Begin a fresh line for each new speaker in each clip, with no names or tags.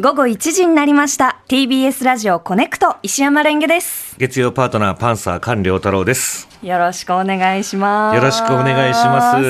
午後1時になりました。TBS ラジオコネクト石山レンゲです。
月曜パートナーパンサー菅良太郎です。
よろしくお願いします。
よろしくお願いします。い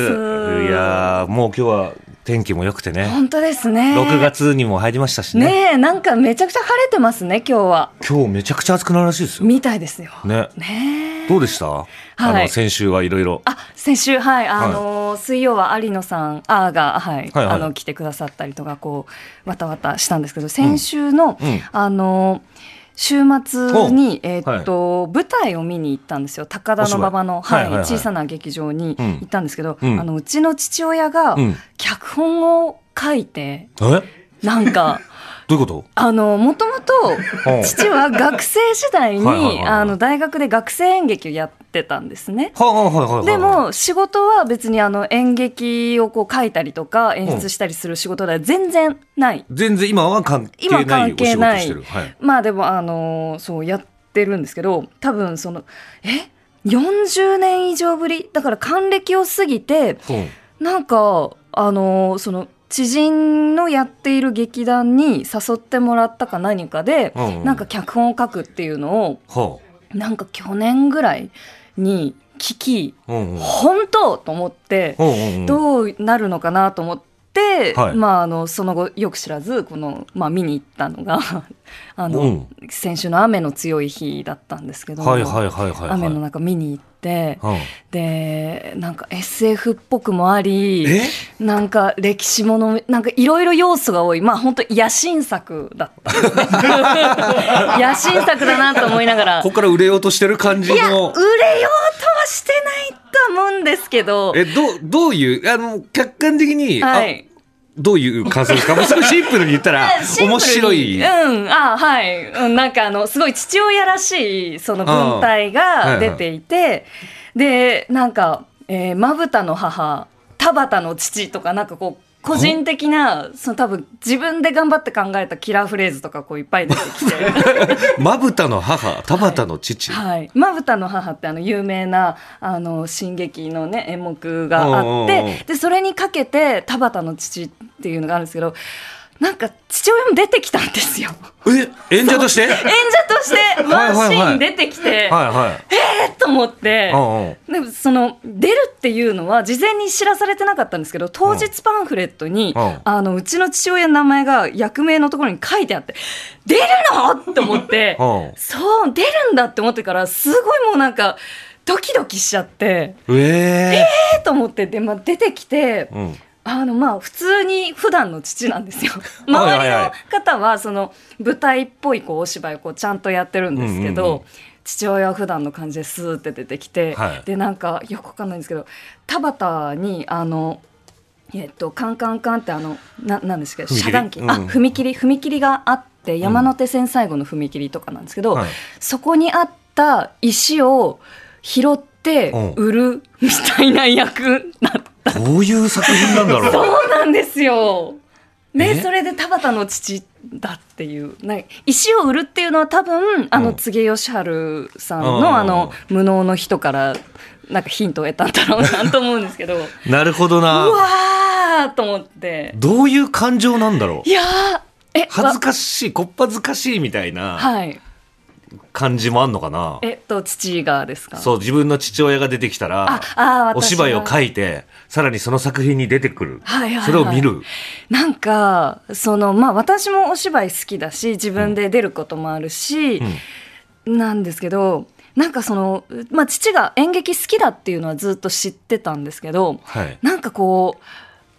やー、もう今日は天気も良くてね。
本当ですね。
6。月にも入りましたしね。
ねえ、なんかめちゃくちゃ晴れてますね、今日は。
今日めちゃくちゃ暑くなるらしいですよ。
みたいですよ。
ね。
ねえ。
どうでした、あの、先週はいろいろ。
あ、先週、はい、あのー水曜は有野さん、あーが、はい、
はいはい
あの、来てくださったりとか、こう、わたわたしたんですけど、先週の、
うん
あのー週末に、えーっと、舞台を見に行ったんですよ。高田
お芝居
馬場の、
は
は
い
い
はいはい
小さな劇場に
うん
行ったんですけど、
うん
あの、うちの父親が
うん、
脚本を書いて、
えどう
なんか、
いうこと
あの、もともと
うん、
父は学生時代に、
はいはいはいはい
あの、大学で学生演劇をやってたんですね。
はいはいはいはいはい。
で、も仕事は別にあの演劇をこう書いたりとか演出したりする仕事では全然ない、
全然今は関係
今
ない
関
お仕
係
事
ない
してる。はい。
まあでもあのーそうやってるんですけど多分そのえ40年以上ぶりだから還暦を過ぎて
うん
なんかあのーその知人のやっている劇団に誘ってもらったか何かで、
うんうん
なんか脚本を書くっていうのを
は
なんか去年ぐらいに聞き
あ。うんうん。
本当と思って。
うんうんうん
どうなるのかなと思って、
はい
まあ、あのその後よく知らずこの、まあ、見に行ったのが あの、
うん
先週の雨の強い日だったんですけど、
はいはいはいはいはい。
雨の中見に行って
うん
でなんか SF っぽくもあり
え
なんか歴史ものなんかいろいろ要素が多いまあ本当野心作だったです ね野心作だなと思いながら。
ここから売れようとしてる感じ
いや売れよ
の
う。とはしてないと思うんですけど
え、どう、どういう、あの、客観的に、あ
はい、
どういう感想ですかもうすごいシンプルに言っ たら
シンプルに
面白い。
うん、あはい、うん、なんかあのすごい父親らしいその文体
あ
が
ーはい
出
はい
ていて、でなんかえーまぶたの母田畑の父とかなんかこう個人的なその多分自分で頑張って考えたキラーフレーズとかこういっぱい出てきて。
まぶたの母、田畑の父。
はい、まぶたの母ってあの有名なあの新劇のね演目があっ
うんうんうん
てでそれにかけて田畑の父っていうのがあるんですけどなんか父親も出てきたんですよ。
え、演者として
演者としてワンシ
はいは
ー
いは
ン
い
出てきて、
はいはい。
えっと思って
う、んうん
でもその出るっていうのは事前に知らされてなかったんですけど当日パンフレットに、
うん
あのうちの父親の名前が役名のところに書いてあって出るのって思って、
うん
そう出るんだって思ってからすごいもうなんかドキドキしちゃって
え
えっと思ってで、まあ、出てきて
ー。うん。
あのまあ普通に普段の父なんですよ周
は
り
いはいは
の
い
方はその舞台っぽいこうお芝居をこうちゃんとやってるんですけど、
うんうんうん
父親は普段の感じでスーって出てきて、
はい
でなんかよくわかんないんですけど田畑にあの。えっと、カンカンカンってあのななんですけど
踏切
遮断機、
うん
あ踏切踏切があって山手線最後の踏切とかなんですけど、
はい
そこにあった石を拾って売るみたいな役だった
どういう作品なんだろ う。
そうなんですよ。ね、
え
それで田畑の父だっていう、な石を売るっていうのは多分、あの
うん
柘植義春さん
うん
の、あの無能の人から。なんかヒントを得たんだろうなと思うんです けど、う
なるほどな。
わーと思って。
どういう感情なんだろ
いやー、え、
恥ず
わ
かしい、こっぱずかしいみたいな
はい、
感じもあんのかな。
えっと、父がですか。
そう、自分の父親が出てきた
あ
ら、、
あー、私
お芝居を
は
書いて、さらにその作品に出てくる。
はいはいはい
それを見る。
なんかそのまあ私もお芝居好きだし自分で出ることもあるし、なんですけどなんかその、まあ、父が演劇好きだっていうのはずっと知ってたんですけど
はい。
なんかこ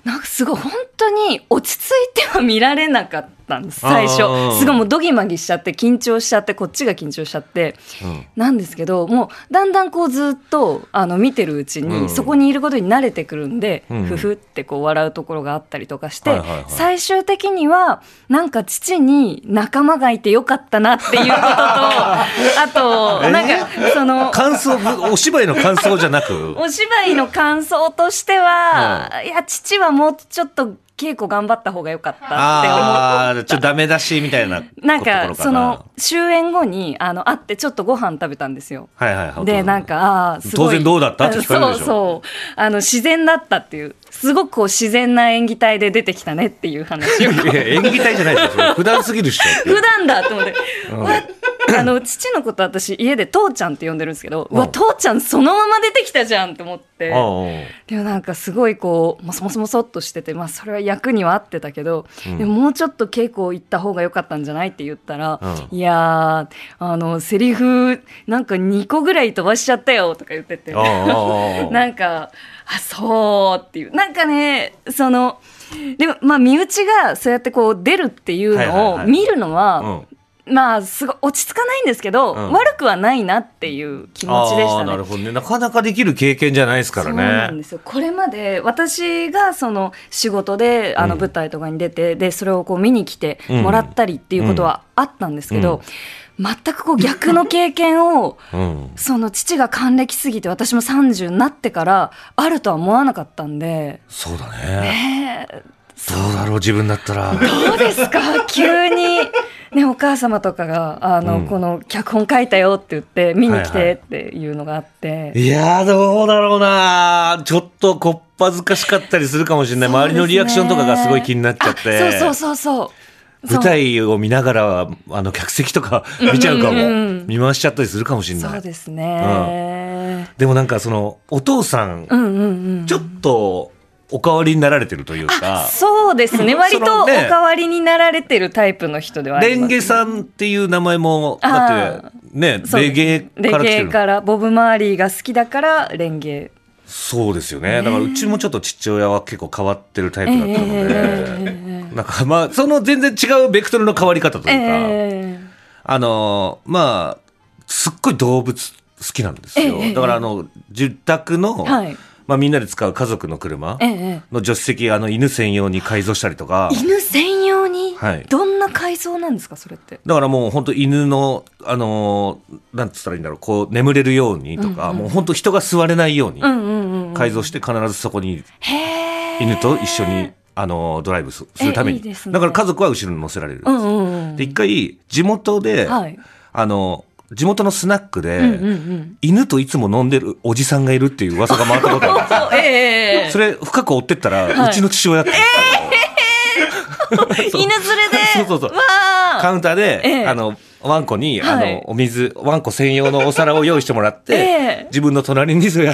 うなんかすごい本当に落ち着いては見られなかったんです最
あー
初すごいもうドギマギしちゃって緊張しちゃってこっちが緊張しちゃって
うん
なんですけどもうだんだんこうずっとあの見てるうちに、
うん
そこにいることに慣れてくるんで、
うん
ふふってこう笑うところがあったりとかして、
はいはいはい
最終的にはなんか父に仲間がいてよかったなっていうこと とあとなんかその。
感想、お芝居の 感想じゃなく、
お芝居の感想としては、いや父はもうちょっと稽古頑張った方が良かったって思う
ああ、ちょっとダメ出しみたいなところかな。
なんかその終演後にあの会ってちょっとご飯食べたんですよ。
はいはいはい。
でなんかああすごい
当然どうだったって聞かれるでしょ
そうそうあの自然だったっていうすごくこう自然な演技体で出てきたねっていう話を
いや演技体じゃないですよ。普段すぎる人って。
普段だと思って、わあの父のこと私家で父ちゃんって呼んでるんですけど、うわ父ちゃんそのまま出てきたじゃんと思って、
あ
でもなんかすごいこうもそもそもそっとしてて、まあ、それは役には合ってたけど、でももうちょっと稽古行った方が良かったんじゃないって言ったら「
う
いやーあのセリフなんか2個ぐらい飛ばしちゃったよ」とか言ってて
ああああああ
なんか「あそう」っていうなんかねそのでもまあ身内がそうやってこう出るっていうのを
はいはいはい
見るのは、
うん
まあすごい落ち着かないんですけど、
うん
悪くはないなっていう気持ちでした
あー
ね
なる。ほどね。なかなかできる経験じゃないですか
そうな
ら
んで
ね。
すよこれまで私がその仕事であの
うん
舞台とかに出て、でそれをこう見に来てもらったりっていうことはあったんですけど、全くこう逆の経験を
うん。
その父が還暦すぎて私も30になってからあるとは思わなかったんで、
そうだね。
えー
どうだろう、自分だったら。
どうです か急に、ね、お母様とかがあの、
うん
この脚本書いたよって言って見に来
はいはい
てっていうのがあって。
いやー、どうだろうなちょっとこっぱずかしかったりするかもしれない。周りのリアクションとかがすごい気になっちゃって。
あそうそうそうそう。
舞台を見ながら、あの、客席とか見ちゃうかも。
うんうんうん
見回しちゃったりするかもしれ
そうそ
な
う
い。で
ですね。
もなんかその、お父さん、
うんうんうん。
ちょっと、お代わりになられてるというか、
そうですね。
うん
割
そ
と
の
お
ね
代わりになられてるタイプの人ではあ
レ
り
ン
ます。
ゲさんっていう名前も、だって、ね、
そう
レゲエから来て
レゲエ
るの
からボブ・マーリーが好きだからレンゲ。
そうですよね。だからうちもちょっと父親は結構変わってるタイプだったので、なんかまあ、その全然違うベクトルの変わり方と
え
いうか、
え
あのーまあ、すっごい動物好きなんですよ。
ええ
だからあの、住宅の、
はい
まあみんなで使う家族の車
ええ
の助手席、あの犬専用に改造したりとか、
犬専用に
はい
どんな改造なんですかそれって。
だからもう本当犬の、あのーなんつったらいいんだろう、こう眠れるようにとか、もう本当人が座れないように
うんうんうん。
改造して必ずそこに
へえ。
犬と一緒に、あのドライブすするために
えいいですね
だから家族は後ろに乗せられる、
うんうんうん。
で一回地元で、
はい。
あの地元のスナックで、
うんうん うん。
犬といつも飲んでるおじさんがいるっていう噂が回ったことあるんですよ
え え
それ深く追ってったら、
はいう
ちの父親だったんですよ
犬連れで
そうそうそう
わあ
カウンターで、
ええ
あのワンコに、
はい
あのお水ワンコ専用のお皿を用意してもらって、
ええ
自分の隣に座って、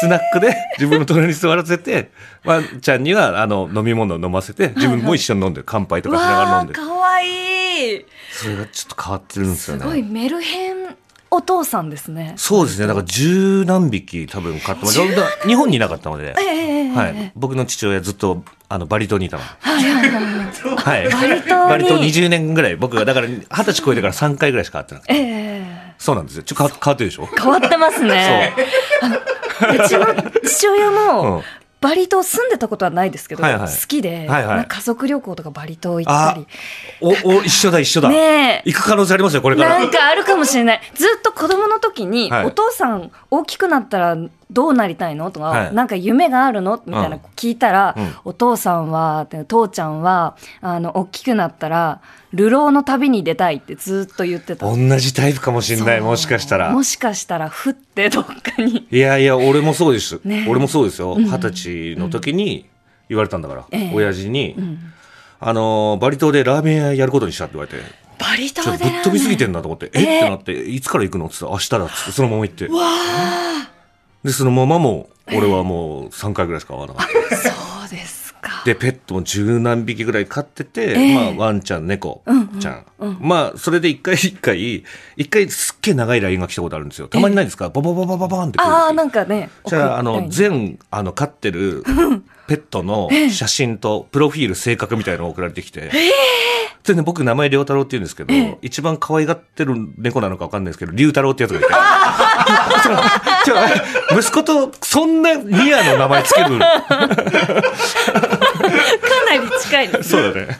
スナックで自分の隣に座らせてワンちゃんにはあの飲み物を飲ませて自分も一緒に飲んで乾杯とかしながら
わ
飲
あ
んでる
かわいい
それがちょっと変わってるんですよ
す
ね
ごいメルヘンお父さんですね
そうですね。だから十何匹多分買ってます。だから日本にいなかったので
え、え
はい。僕の父親ずっとあのバリ島にいたの。
はいはいはい
はい。
バリ島に
バリ島20年ぐらい。僕がだから二十歳超えてから3回ぐらいしか会ってなくて。
ええ
そうなんですよ。ちょっと変わ変わってるでしょ。
変わってますねあのうちの父親
う
も
ん
バリ島住んでたことはないですけど、
はいはい
好きで、
はいは
な
い
んか家族旅行とかバリ島行ったり
おお一緒だ一緒だ。
ねえ
行く可能性ありますよこれか
な
ら
ん。かあるかもしれないずっと子供の時に、
はい
お父さん大きくなったらどうなりたいのとか、
はい
なんか夢があるのみたいな
うん
聞いたら、
うん
お父さんはって父ちゃんはあの大きくなったら流浪の旅に出たいってずっと言ってた
同じタイプかもしれないもしかしたら
も。しかしたら降ってどっかに
いやいや俺もそうです。
ねえ
俺もそうですよ。二十歳の時に言われたんだから
ええ。
親父に。あのバリ島でラーメン屋やることにしたって言われて
バリ
ちょ
島
っ
で
とぶっ飛びすぎてん
の
なと思って、
え
え
ー
ってなって、いつから行くのって言ったら、明日だっつって、そのまま行って。で、そのままもう、俺はもう3回ぐらいしか会わなかった。
そうですか
で、ペットも十何匹ぐらい飼ってて、
え
まあ、ワンちゃん、猫ちゃん。まあ、それで一回一回、一回すっげえ長い LINE が来たことあるんですよ。たまにないですかババババババンって来るんですよ
ああなんかね
じゃあ、あの、
ぜ
全、あの、飼ってるペットの写真と、プロフィール、性格みたいなのが送られてきて。でね、僕、名前、良太郎って言うんですけど、一番可愛がってる猫なのか分かんないですけど、龍太郎ってやつがいて。ちょちょ息子と、そんなニアの名前つけ
か
る。
なり近いです
そうだね。